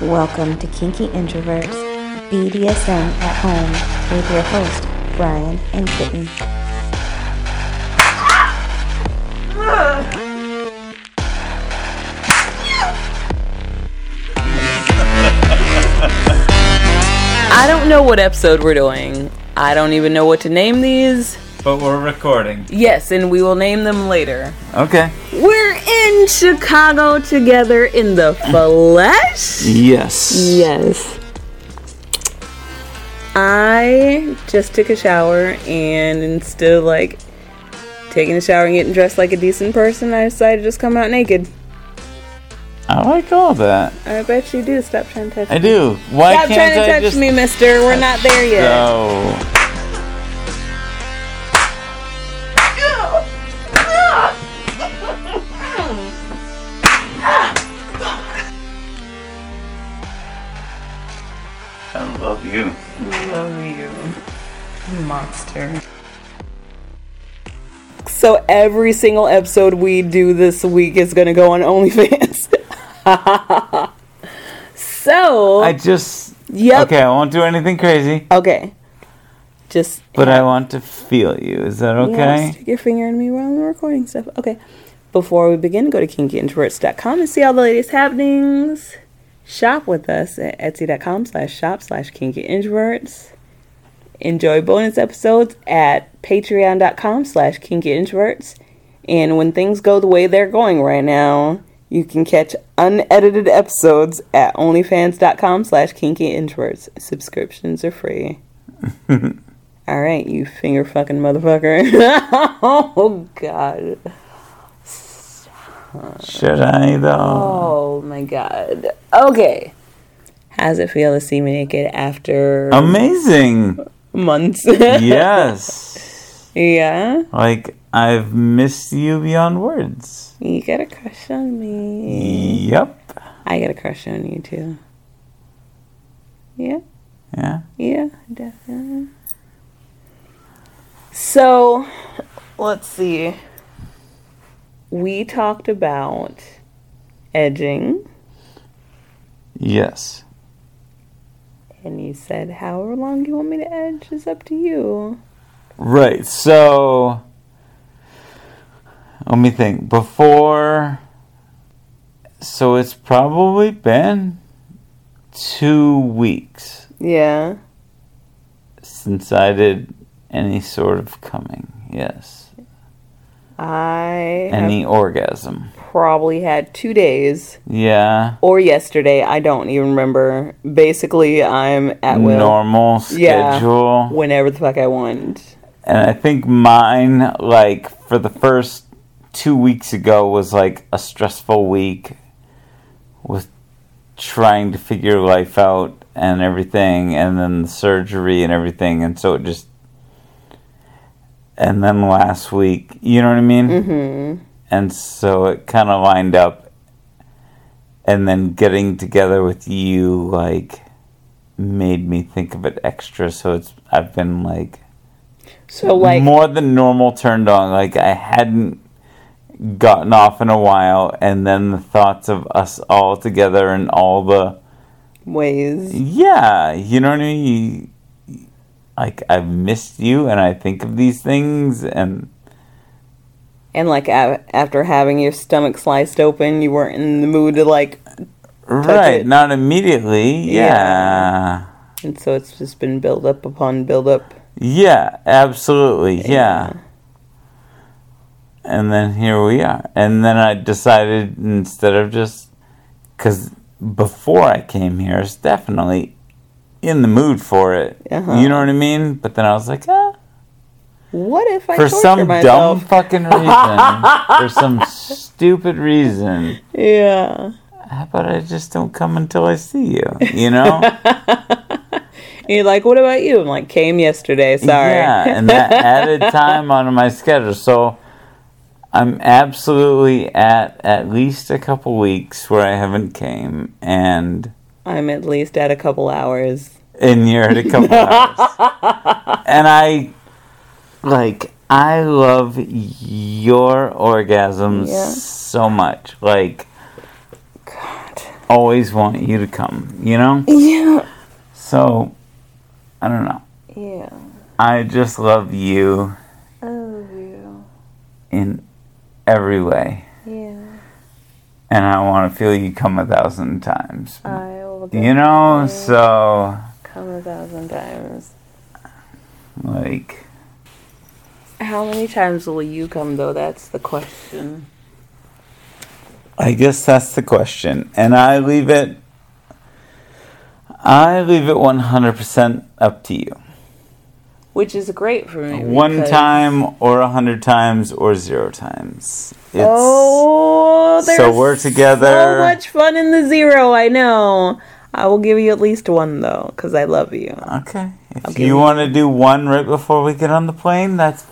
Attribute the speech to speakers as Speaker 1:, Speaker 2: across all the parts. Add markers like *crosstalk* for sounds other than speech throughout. Speaker 1: Welcome to Kinky Introverts BDSM at Home with your host, Brian and Kitten.
Speaker 2: I don't know what episode we're doing. I don't even know what to name these.
Speaker 3: But we're recording.
Speaker 2: Yes, and we will name them later.
Speaker 3: Okay.
Speaker 2: We're in Chicago together in the flesh.
Speaker 3: Yes.
Speaker 2: Yes. I just took a shower and instead of like taking a shower and getting dressed like a decent person, I decided to just come out naked.
Speaker 3: I like all that.
Speaker 2: I bet you do. Stop trying to touch
Speaker 3: I
Speaker 2: me.
Speaker 3: do. Why
Speaker 2: Stop
Speaker 3: can't
Speaker 2: trying to
Speaker 3: I
Speaker 2: touch
Speaker 3: just
Speaker 2: me, mister. We're not there yet.
Speaker 3: No. I love you.
Speaker 2: So every single episode we do this week is going to go on *laughs* OnlyFans. so,
Speaker 3: I just.
Speaker 2: yep.
Speaker 3: Okay, I won't do anything crazy,
Speaker 2: Okay. Just
Speaker 3: but I want to feel you. Is that
Speaker 2: yeah,
Speaker 3: okay?
Speaker 2: stick your finger in me while I'm recording stuff. Okay. Before we begin, go to kinkyintroverts.com and see all the latest happenings. Shop with us at etsy.com slash shop slash kinkyintroverts. Enjoy bonus episodes at patreon.com slash kinkyintroverts. And when things go the way they're going right now, you can catch unedited episodes at onlyfans.com slash kinkyintroverts. Subscriptions are free. All right, you finger fucking motherfucker. *laughs* oh god.
Speaker 3: Should I though?
Speaker 2: Oh my god. Okay. How's it feel to see me naked after
Speaker 3: Amazing.
Speaker 2: *laughs* months?
Speaker 3: yes.
Speaker 2: yeah.
Speaker 3: Like I've missed you beyond words.
Speaker 2: You got a crush on me.
Speaker 3: Yep.
Speaker 2: I got a crush on you too. Yeah.
Speaker 3: Yeah.
Speaker 2: Yeah, definitely. So, let's see. We talked about edging,
Speaker 3: Yes.
Speaker 2: and you said however long you want me to edge is up to you.
Speaker 3: Right. So let me think. Before, so it's probably been two weeks
Speaker 2: Yeah.
Speaker 3: since I did any sort of coming. Yes.
Speaker 2: I have
Speaker 3: Any orgasm.
Speaker 2: probably had two days
Speaker 3: Yeah.
Speaker 2: or yesterday. I don't even remember. Basically, I'm at will
Speaker 3: Normal
Speaker 2: Yeah.
Speaker 3: schedule.
Speaker 2: whenever the fuck I want.
Speaker 3: And I think mine, like, for the first two weeks ago was like a stressful week with trying to figure life out and everything, and then the surgery and everything. And so it just. And then last week, you know what I mean? Mm-hmm. And so it kind of lined up. And then getting together with you, like, made me think of it extra. So it's. I've been like
Speaker 2: So, like,
Speaker 3: more than normal turned on. Like I hadn't gotten off in a while, and then the thoughts of us all together and all the
Speaker 2: ways.
Speaker 3: yeah, you know what I mean. You, like I've missed you, and I think of these things, and
Speaker 2: And, like, a- after having your stomach sliced open, you weren't in the mood to, like,
Speaker 3: right,
Speaker 2: it.
Speaker 3: not immediately.
Speaker 2: Yeah.
Speaker 3: Yeah,
Speaker 2: and so it's just been build up upon build up.
Speaker 3: yeah, absolutely, yeah. And then here we are. And then I decided instead of just because before I came here, I was definitely in the mood for it.
Speaker 2: Uh-huh.
Speaker 3: You know what I mean? But then I was like, ah,
Speaker 2: What if I
Speaker 3: for
Speaker 2: torture
Speaker 3: some
Speaker 2: myself? *laughs*
Speaker 3: dumb fucking reason, for some stupid reason,
Speaker 2: Yeah.
Speaker 3: how about I just don't come until I see you? You know?
Speaker 2: And you're like, what about you? I'm like, came yesterday. Sorry.
Speaker 3: Yeah, and
Speaker 2: *laughs*
Speaker 3: that added time onto my schedule. So I'm absolutely at at least a couple weeks where I haven't came, and
Speaker 2: I'm at least at a couple hours.
Speaker 3: and
Speaker 2: *laughs*
Speaker 3: you're at a couple hours. And I like I love your orgasms
Speaker 2: Yeah.
Speaker 3: so much. Like
Speaker 2: God.
Speaker 3: always want you to come, you know?
Speaker 2: Yeah.
Speaker 3: So, I don't know.
Speaker 2: Yeah.
Speaker 3: I just love you
Speaker 2: I love you.
Speaker 3: in every way.
Speaker 2: Yeah.
Speaker 3: And I want to feel you come a thousand times.
Speaker 2: I will
Speaker 3: you know? So,
Speaker 2: come a thousand times.
Speaker 3: like,
Speaker 2: How many times will you come though? That's the question.
Speaker 3: I guess that's the question. And I leave it. I leave it 100% up to you.
Speaker 2: Which is great for me.
Speaker 3: One
Speaker 2: because-
Speaker 3: time or a hundred times or zero times. It's,
Speaker 2: Oh, there's
Speaker 3: so we're together.
Speaker 2: So much fun in the zero. I know. I will give you at least one though, because I love you.
Speaker 3: Okay. If
Speaker 2: Okay.
Speaker 3: you want to do one right before we get on the plane, that's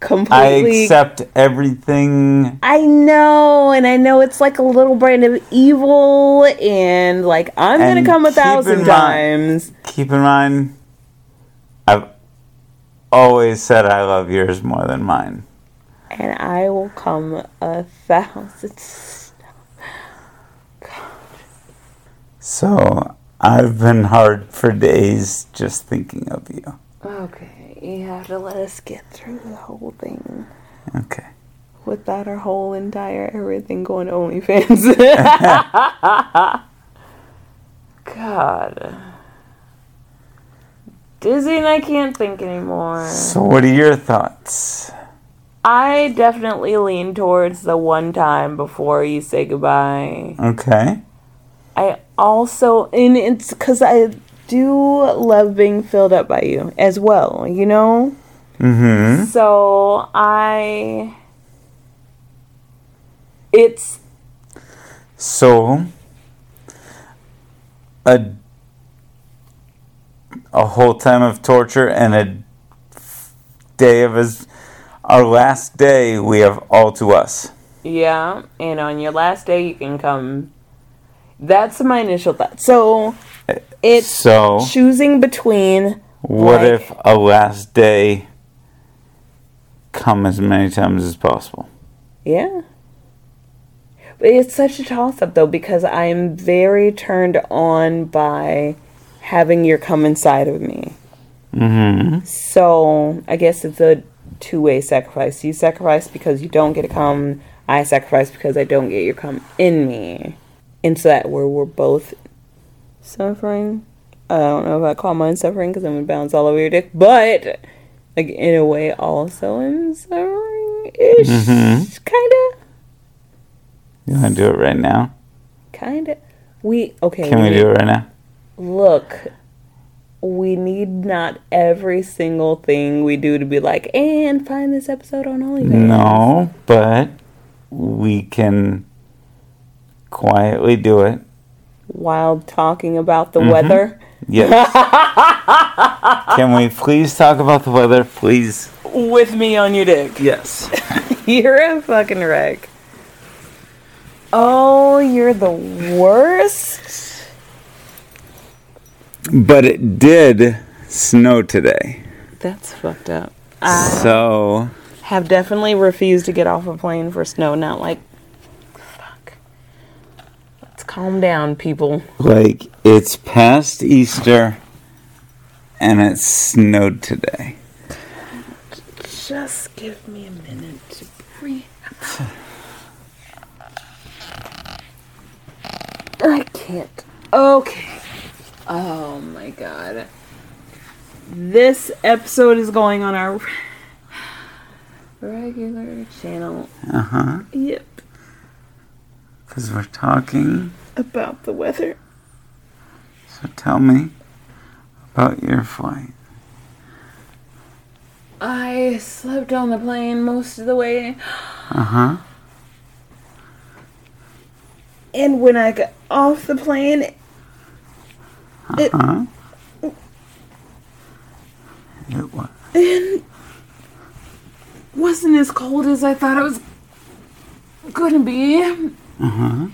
Speaker 3: I
Speaker 2: Completely.
Speaker 3: accept everything.
Speaker 2: I know, and I know it's like a little brand of evil, and like I'm gonna
Speaker 3: And
Speaker 2: come a
Speaker 3: keep in
Speaker 2: thousand
Speaker 3: mind-
Speaker 2: times.
Speaker 3: Keep in mind, I've always said I love yours more than mine.
Speaker 2: and I will come a thousand.
Speaker 3: So I've been hard for days just thinking of you.
Speaker 2: Okay, you have to let us get through the whole thing
Speaker 3: Okay.
Speaker 2: without our whole entire everything going to OnlyFans. *laughs* God. Dizzy and I can't think anymore.
Speaker 3: So what are your thoughts?
Speaker 2: I definitely lean towards the one time before you say goodbye.
Speaker 3: Okay.
Speaker 2: I also, and it's because I do love being filled up by you as well, you know?
Speaker 3: Mm-hmm.
Speaker 2: So I. It's.
Speaker 3: So, a a whole time of torture and a day of his our last day we have all to us.
Speaker 2: Yeah, and on your last day, you can come. That's my initial thought. So it's
Speaker 3: Uh, So,
Speaker 2: choosing between.
Speaker 3: what
Speaker 2: like-
Speaker 3: if a last day come as many times as possible?
Speaker 2: Yeah. But it's such a toss up though because I am very turned on by having your come inside of me.
Speaker 3: Mm-hmm.
Speaker 2: So I guess it's a two way sacrifice. You sacrifice because you don't get to come. I sacrifice because I don't get your come in me. And so that where we're both suffering. I don't know if I call mine suffering because I'm gonna bounce all over your dick, but like in a way also I'm suffering ish,
Speaker 3: Mhm.
Speaker 2: kinda.
Speaker 3: You want to do it right now?
Speaker 2: Kinda. We okay.
Speaker 3: Can we do it right now?
Speaker 2: Look, we need not every single thing we do to be like, and find this episode on OnlyFans.
Speaker 3: No, but we can quietly do it.
Speaker 2: While talking about
Speaker 3: Mm-hmm.
Speaker 2: the weather,
Speaker 3: Yes. Can we please talk about the weather, please?
Speaker 2: with me on your dick. *laughs*
Speaker 3: Yes.
Speaker 2: You're a fucking wreck. Oh, you're the worst.
Speaker 3: But it did snow today.
Speaker 2: That's fucked up. I
Speaker 3: So,
Speaker 2: have definitely refused to get off a plane for snow. Not like, fuck. Let's calm down, people.
Speaker 3: like, it's past Easter and it snowed today.
Speaker 2: Just give me a minute to breathe. I can't. Okay. Oh my god. This episode is going on our regular channel.
Speaker 3: Uh huh.
Speaker 2: Yep.
Speaker 3: Because we're talking.
Speaker 2: About the weather.
Speaker 3: So tell me about your flight.
Speaker 2: I slept on the plane most of the way.
Speaker 3: Uh huh.
Speaker 2: And when I got off the plane,
Speaker 3: Uh huh. It was.
Speaker 2: it wasn't as cold as I thought it was gonna be.
Speaker 3: Uh huh.
Speaker 2: Uh-huh.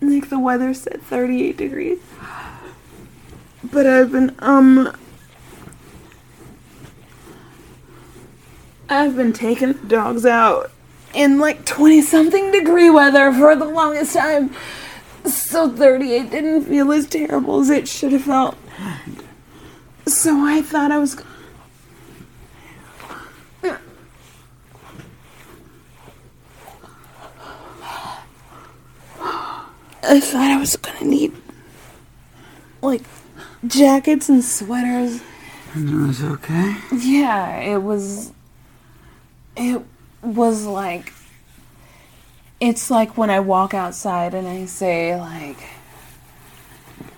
Speaker 2: Like the weather said 38 degrees. But I've been, um. I've been taking the dogs out in like 20 something degree weather for the longest time. So 38 didn't feel as terrible as it should have felt. So I thought I was. g- I thought I was gonna need like jackets and sweaters.
Speaker 3: It's okay.
Speaker 2: Yeah, it was. It was like. It's like when I walk outside and I say, like.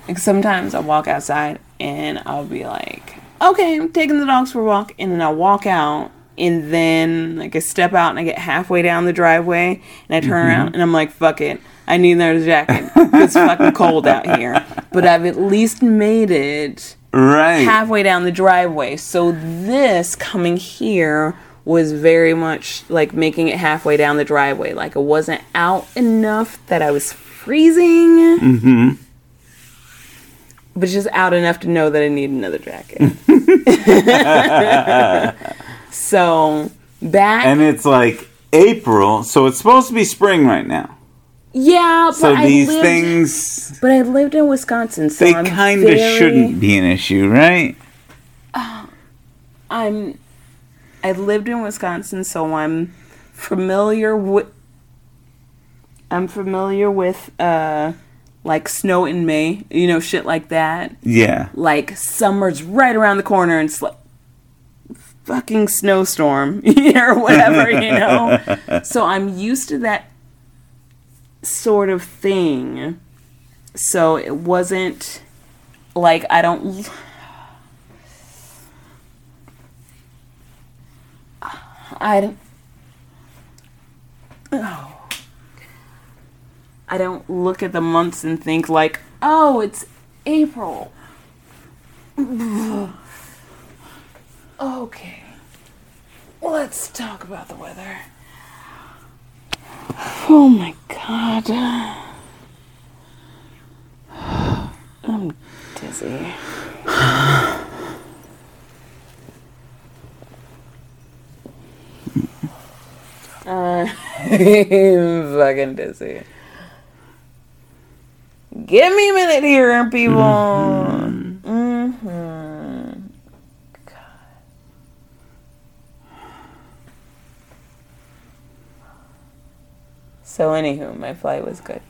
Speaker 2: Like sometimes I walk outside and I'll be like, okay, I'm taking the dogs for a walk. And then I'll walk out and then, like, I step out and I get halfway down the driveway and I turn around and I'm like, fuck it. I need another jacket. It's fucking cold out here. But I've at least made it
Speaker 3: Right.
Speaker 2: halfway down the driveway. So this coming here was very much like making it halfway down the driveway. Like it wasn't out enough that I was freezing. Mm-hmm. But just out enough to know that I need another
Speaker 3: *laughs*
Speaker 2: jacket. *laughs* so back
Speaker 3: and it's like April, so it's supposed to be spring right now.
Speaker 2: yeah, but
Speaker 3: So
Speaker 2: I
Speaker 3: these
Speaker 2: lived,
Speaker 3: things
Speaker 2: but I lived in Wisconsin, so
Speaker 3: they
Speaker 2: I'm
Speaker 3: kind of
Speaker 2: very-
Speaker 3: shouldn't be an issue, right?
Speaker 2: I'm I lived in Wisconsin, so I'm familiar with I'm familiar with uh like snow in May, you know, shit like that.
Speaker 3: Yeah. *laughs*
Speaker 2: Like summer's right around the corner and it's like fucking snowstorm *laughs* or whatever, you know. So I'm used to that sort of thing. So it wasn't like I don't I don't. Oh. I don't look at the months and think like, oh, it's April. okay. Let's talk about the weather. Oh my god. I'm dizzy. I'm *laughs* fucking dizzy. Give me a minute here, people. Mm-hmm. So, anywho, my flight was good.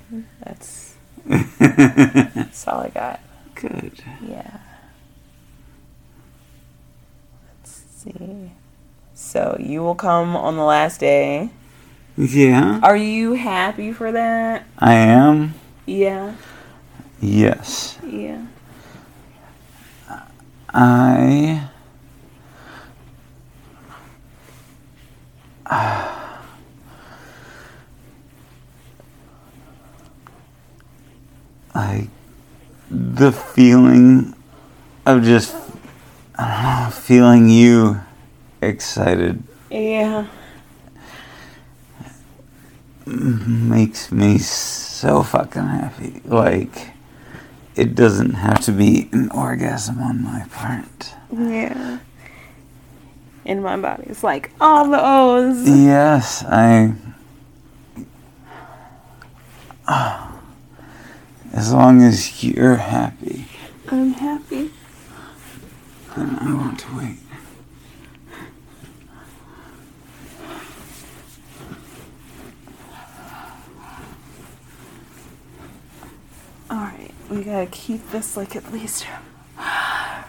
Speaker 2: That's that's all I got.
Speaker 3: Good.
Speaker 2: Yeah. Let's see. So you will come on the last day.
Speaker 3: Yeah.
Speaker 2: Are you happy for that?
Speaker 3: I am.
Speaker 2: Yeah.
Speaker 3: Yes.
Speaker 2: Yeah.
Speaker 3: I. I. The feeling of just. I don't know, feeling you excited
Speaker 2: Yeah.
Speaker 3: makes me so fucking happy. Like, it doesn't have to be an orgasm on my part.
Speaker 2: Yeah. In my body. It's like all the O's.
Speaker 3: Yes, I. Ah. As long as you're happy,
Speaker 2: I'm happy.
Speaker 3: then I want to wait.
Speaker 2: Alright, we gotta keep this like at least
Speaker 3: Like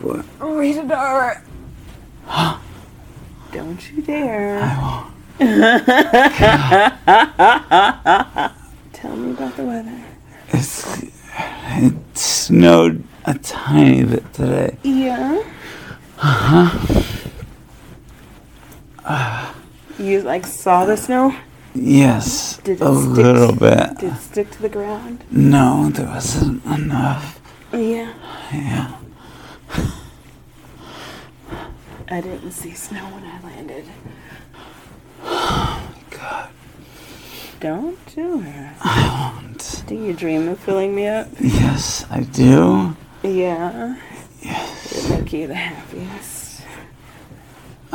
Speaker 3: what?
Speaker 2: rated R. *gasps* Don't you dare.
Speaker 3: I will.
Speaker 2: *laughs* Tell me about the weather.
Speaker 3: It's, it snowed a tiny bit today.
Speaker 2: Yeah. *sighs* You like saw the snow?
Speaker 3: Yes,
Speaker 2: Did it
Speaker 3: a
Speaker 2: stick?
Speaker 3: little bit.
Speaker 2: Did it stick to the ground?
Speaker 3: No, there wasn't enough.
Speaker 2: Yeah.
Speaker 3: Yeah.
Speaker 2: I didn't see snow when I landed.
Speaker 3: *sighs* God.
Speaker 2: Don't do it.
Speaker 3: I want.
Speaker 2: Do you dream of filling me up?
Speaker 3: Yes, I do.
Speaker 2: Yeah. Yes. It'll make you the happiest.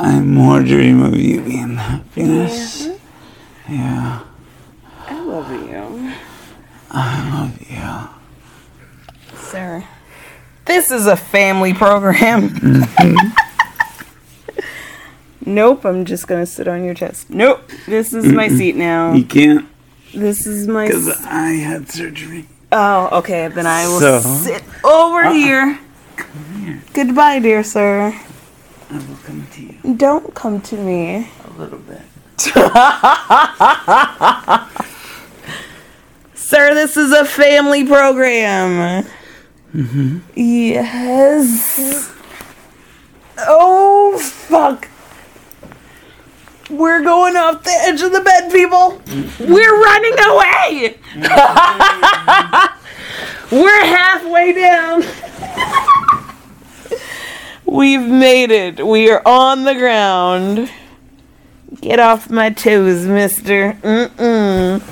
Speaker 3: I'm more dream of you being happiness. Yeah.
Speaker 2: I love you.
Speaker 3: I love you.
Speaker 4: Sir. This is a family program.
Speaker 3: Mm-hmm.
Speaker 2: *laughs* Nope, I'm just gonna sit on your chest. Nope, this is my seat now.
Speaker 3: You can't,
Speaker 2: This is my.
Speaker 3: because
Speaker 2: s-
Speaker 3: I had surgery.
Speaker 2: Oh, okay, then I will
Speaker 3: So- Uh-uh.
Speaker 2: sit over here. Goodbye, dear sir.
Speaker 3: I will come to you
Speaker 2: Don't come to me.
Speaker 3: a little bit.
Speaker 2: Sir, this is a family program. Yes. Oh, fuck. We're going off the edge of the bed, people. We're running away. *laughs* We're halfway down. We've made it. We are on the ground. Get off my toes, mister. Mm-mm.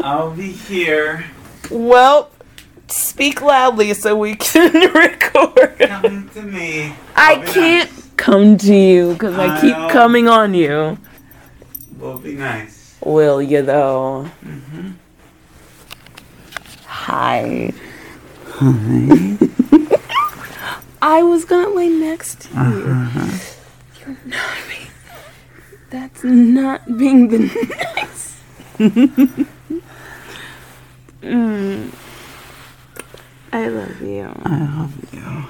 Speaker 3: I'll be here.
Speaker 2: Well, speak loudly so we can *laughs* record.
Speaker 3: Come to me.
Speaker 2: I can't come to you because I keep
Speaker 3: I'll-
Speaker 2: coming on you.
Speaker 3: We'll be nice.
Speaker 2: Will you though? Hi. *laughs* I was gonna lay next to you. You're not being. That's not being the nice. mm. I love you.
Speaker 3: I love you.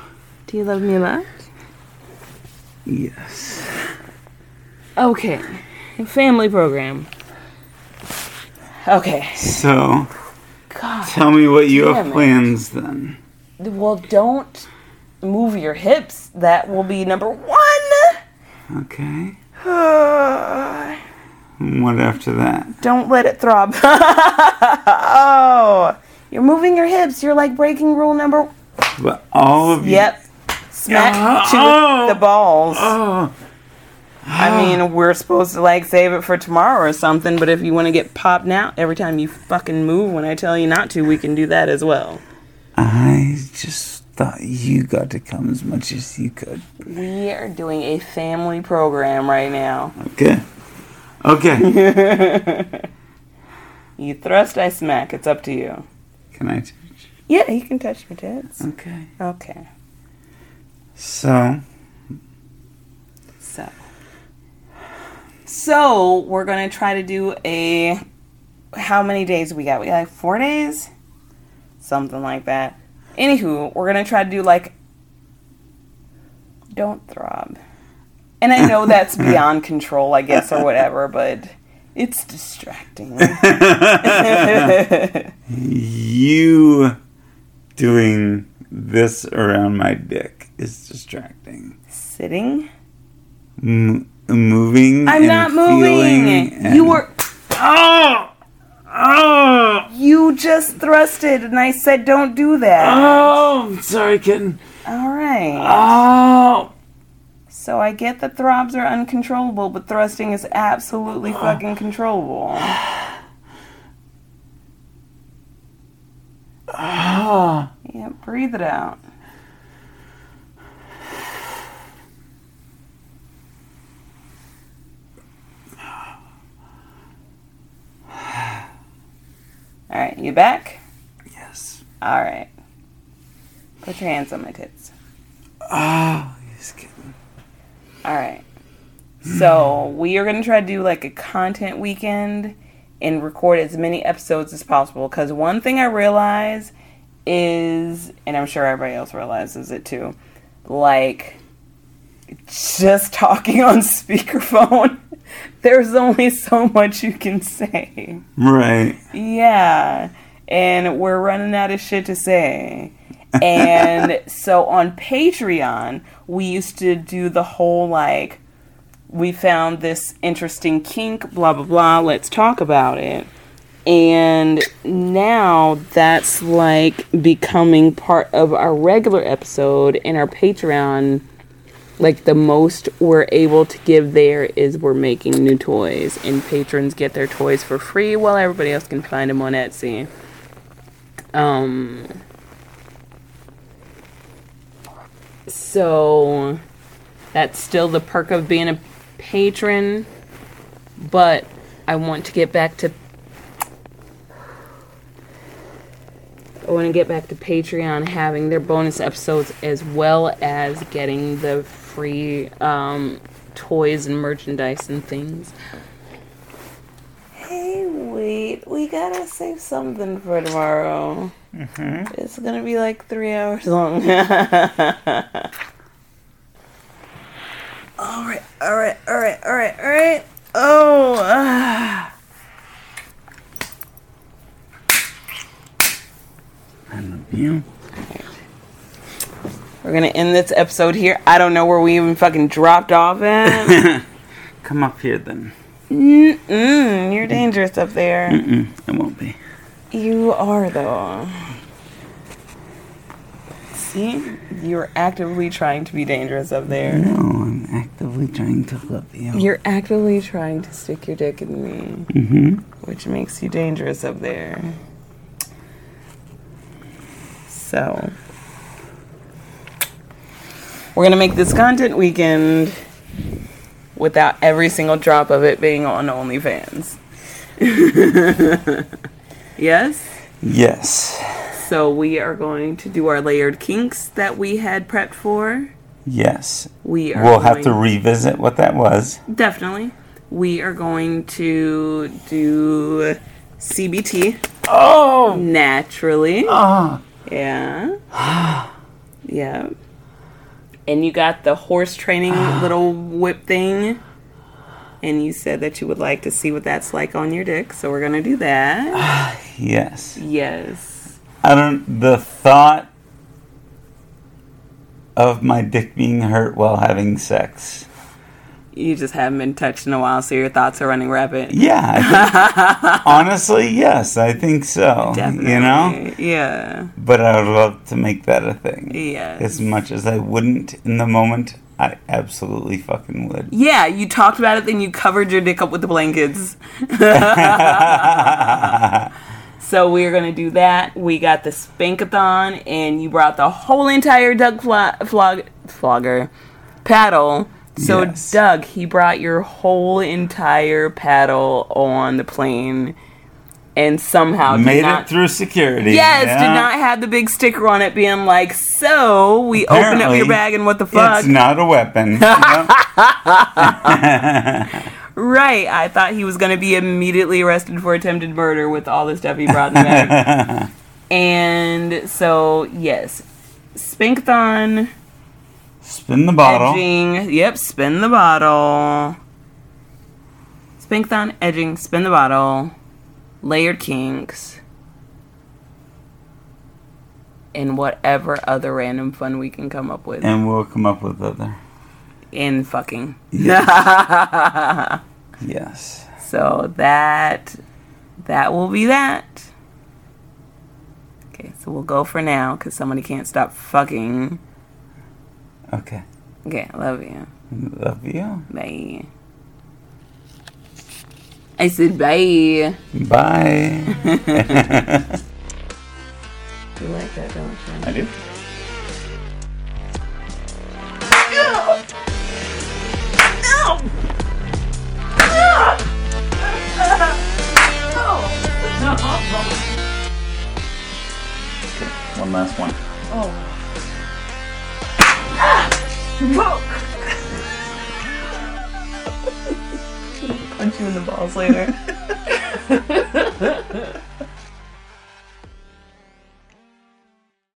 Speaker 2: Do you love me much?
Speaker 3: Yes.
Speaker 2: Okay. Family program. Okay.
Speaker 3: So,
Speaker 2: God.
Speaker 3: tell me what you
Speaker 2: Damn
Speaker 3: have
Speaker 2: it.
Speaker 3: plans then.
Speaker 2: Well, don't move your hips. That will be number one.
Speaker 3: Okay.
Speaker 2: Uh,
Speaker 3: And What after that?
Speaker 2: *sighs* don't let it throb. *laughs* oh, you're moving your hips. You're like breaking rule number.
Speaker 3: But all of you.
Speaker 2: Yep. Smack
Speaker 3: Oh.
Speaker 2: to the balls.
Speaker 3: Oh.
Speaker 2: I mean, we're supposed to like save it for tomorrow or something, but if you want to get popped out every time you fucking move when I tell you not to, we can do that as well.
Speaker 3: I just thought you got to come as much as you could.
Speaker 2: We are doing a family program right now.
Speaker 3: Okay.
Speaker 2: *laughs*
Speaker 3: Okay.
Speaker 2: You thrust, I smack. It's up to you.
Speaker 3: Can I touch?
Speaker 2: Yeah, you can touch my tits.
Speaker 3: Okay.
Speaker 2: Okay.
Speaker 3: So, *laughs*
Speaker 2: So. So, we're going to try to do a. How many days we got? We got like four days? Something like that. Anywho, we're going to try to do like. Don't throb. And I know that's
Speaker 3: *laughs*
Speaker 2: beyond control, I guess, or whatever, but it's
Speaker 3: *laughs*
Speaker 2: distracting. *laughs*
Speaker 3: you doing this around my dick is distracting.
Speaker 2: Sitting?
Speaker 3: M- moving.
Speaker 2: I'm
Speaker 3: and
Speaker 2: not
Speaker 3: feeling
Speaker 2: moving.
Speaker 3: and-
Speaker 2: You were.
Speaker 3: Oh! Oh!
Speaker 2: You just thrusted, and I said, "Don't do that."
Speaker 3: Oh! I'm sorry, kitten.
Speaker 2: All right.
Speaker 3: Oh!
Speaker 2: So I get that throbs are uncontrollable, but thrusting is absolutely fucking controllable.
Speaker 3: Oh!
Speaker 2: Yeah, breathe it out. All right, you back?
Speaker 3: Yes.
Speaker 2: All right. Put your hands on my tits.
Speaker 3: Oh! Yes, kitten.
Speaker 2: All right. So we are going to try to do like a content weekend and record as many episodes as possible. Because one thing I realize is, and I'm sure everybody else realizes it too, like just talking *laughs* on speakerphone, *laughs* there's only so much you can say.
Speaker 3: Right.
Speaker 2: Yeah. And we're running out of shit to say. And so on Patreon, we used to do the whole like, we found this interesting kink, blah, blah, blah, let's talk about it. And now that's like becoming part of our regular episode and our Patreon. Like the most we're able to give there is we're making new toys, and patrons get their toys for free while everybody else can find them on Etsy. Um, so
Speaker 5: That's still the perk of being a patron, but I want to get back to I want to get back to Patreon having their bonus episodes as well as getting the free um, toys and merchandise and things.
Speaker 2: Hey, wait. We gotta save something for tomorrow. It's gonna be like three hours
Speaker 5: *laughs*
Speaker 2: long. alright, alright, alright, alright, alright. Oh, ah.
Speaker 3: You?
Speaker 2: we're gonna end this episode here. I don't know where we even fucking dropped off at.
Speaker 3: Come up here then.
Speaker 2: Mm-mm, you're dangerous up there.
Speaker 3: Mm-mm, it won't be.
Speaker 2: You are, though. See? You're actively trying to be dangerous up there.
Speaker 3: No, I'm actively trying to love you.
Speaker 2: You're actively trying to stick your dick in me,
Speaker 3: Mm-hmm.
Speaker 2: which makes you dangerous up there. So, we're going to make this content weekend without every single drop of it being on OnlyFans. *laughs* yes?
Speaker 3: Yes.
Speaker 2: So, we are going to do our layered kinks that we had prepped for.
Speaker 3: Yes.
Speaker 2: We are
Speaker 3: We'll have to
Speaker 2: going-
Speaker 3: revisit what that was.
Speaker 2: Definitely. We are going to do CBT
Speaker 3: Oh!
Speaker 2: naturally.
Speaker 3: Ah! *sighs*
Speaker 2: Yeah. yeah. And you got the horse training
Speaker 3: Ah.
Speaker 2: little whip thing. And you said that you would like to see what that's like on your dick. So we're going to do
Speaker 3: Ah.
Speaker 2: that.
Speaker 3: Yes.
Speaker 2: yes.
Speaker 3: I don't. The thought of my dick being hurt while having sex.
Speaker 2: You just haven't been touched in a while, so your thoughts are running rapid.
Speaker 3: Yeah. I
Speaker 2: *laughs*
Speaker 3: think- honestly, yes, I think so. You know?
Speaker 2: Yeah.
Speaker 3: But I would love to make that a thing.
Speaker 2: Yeah.
Speaker 3: As much as I wouldn't in the moment, I absolutely fucking would.
Speaker 2: Yeah, you talked about it, then you covered your dick up with the
Speaker 3: *laughs*
Speaker 2: blankets. so we are gonna do that. We got the spankathon, and you brought the whole entire Doug fla- flog flogger paddle. So
Speaker 3: Yes.
Speaker 2: Doug, he brought your whole entire paddle on the plane, and somehow did
Speaker 3: Made
Speaker 2: not-
Speaker 3: it through security.
Speaker 2: Yes,
Speaker 3: yeah?
Speaker 2: did not have the big sticker on it, being like, "So we open up
Speaker 3: Apparently,
Speaker 2: your bag, and what the fuck?"
Speaker 3: It's not a
Speaker 2: *laughs*
Speaker 3: weapon. you know?
Speaker 2: Right. I thought he was going to be immediately arrested for attempted murder with all the stuff he brought in the bag.
Speaker 3: *laughs*
Speaker 2: and so, yes. Spinkthon,
Speaker 3: Spin the bottle.
Speaker 2: edging. Yep, spin the bottle. Spinkthon, edging, spin the bottle. Layered kinks. And whatever other random fun we can come up with.
Speaker 3: And we'll come up with other.
Speaker 2: In fucking. *laughs*
Speaker 3: Yes.
Speaker 2: So that that will be that. Okay, so we'll go for now because somebody can't stop fucking.
Speaker 3: Okay.
Speaker 2: Okay, I love you.
Speaker 3: Love you.
Speaker 2: Bye. I said bye. *laughs*
Speaker 3: Bye.
Speaker 2: You like that, don't you?
Speaker 3: I do. One last one.
Speaker 2: Punch you in the balls later.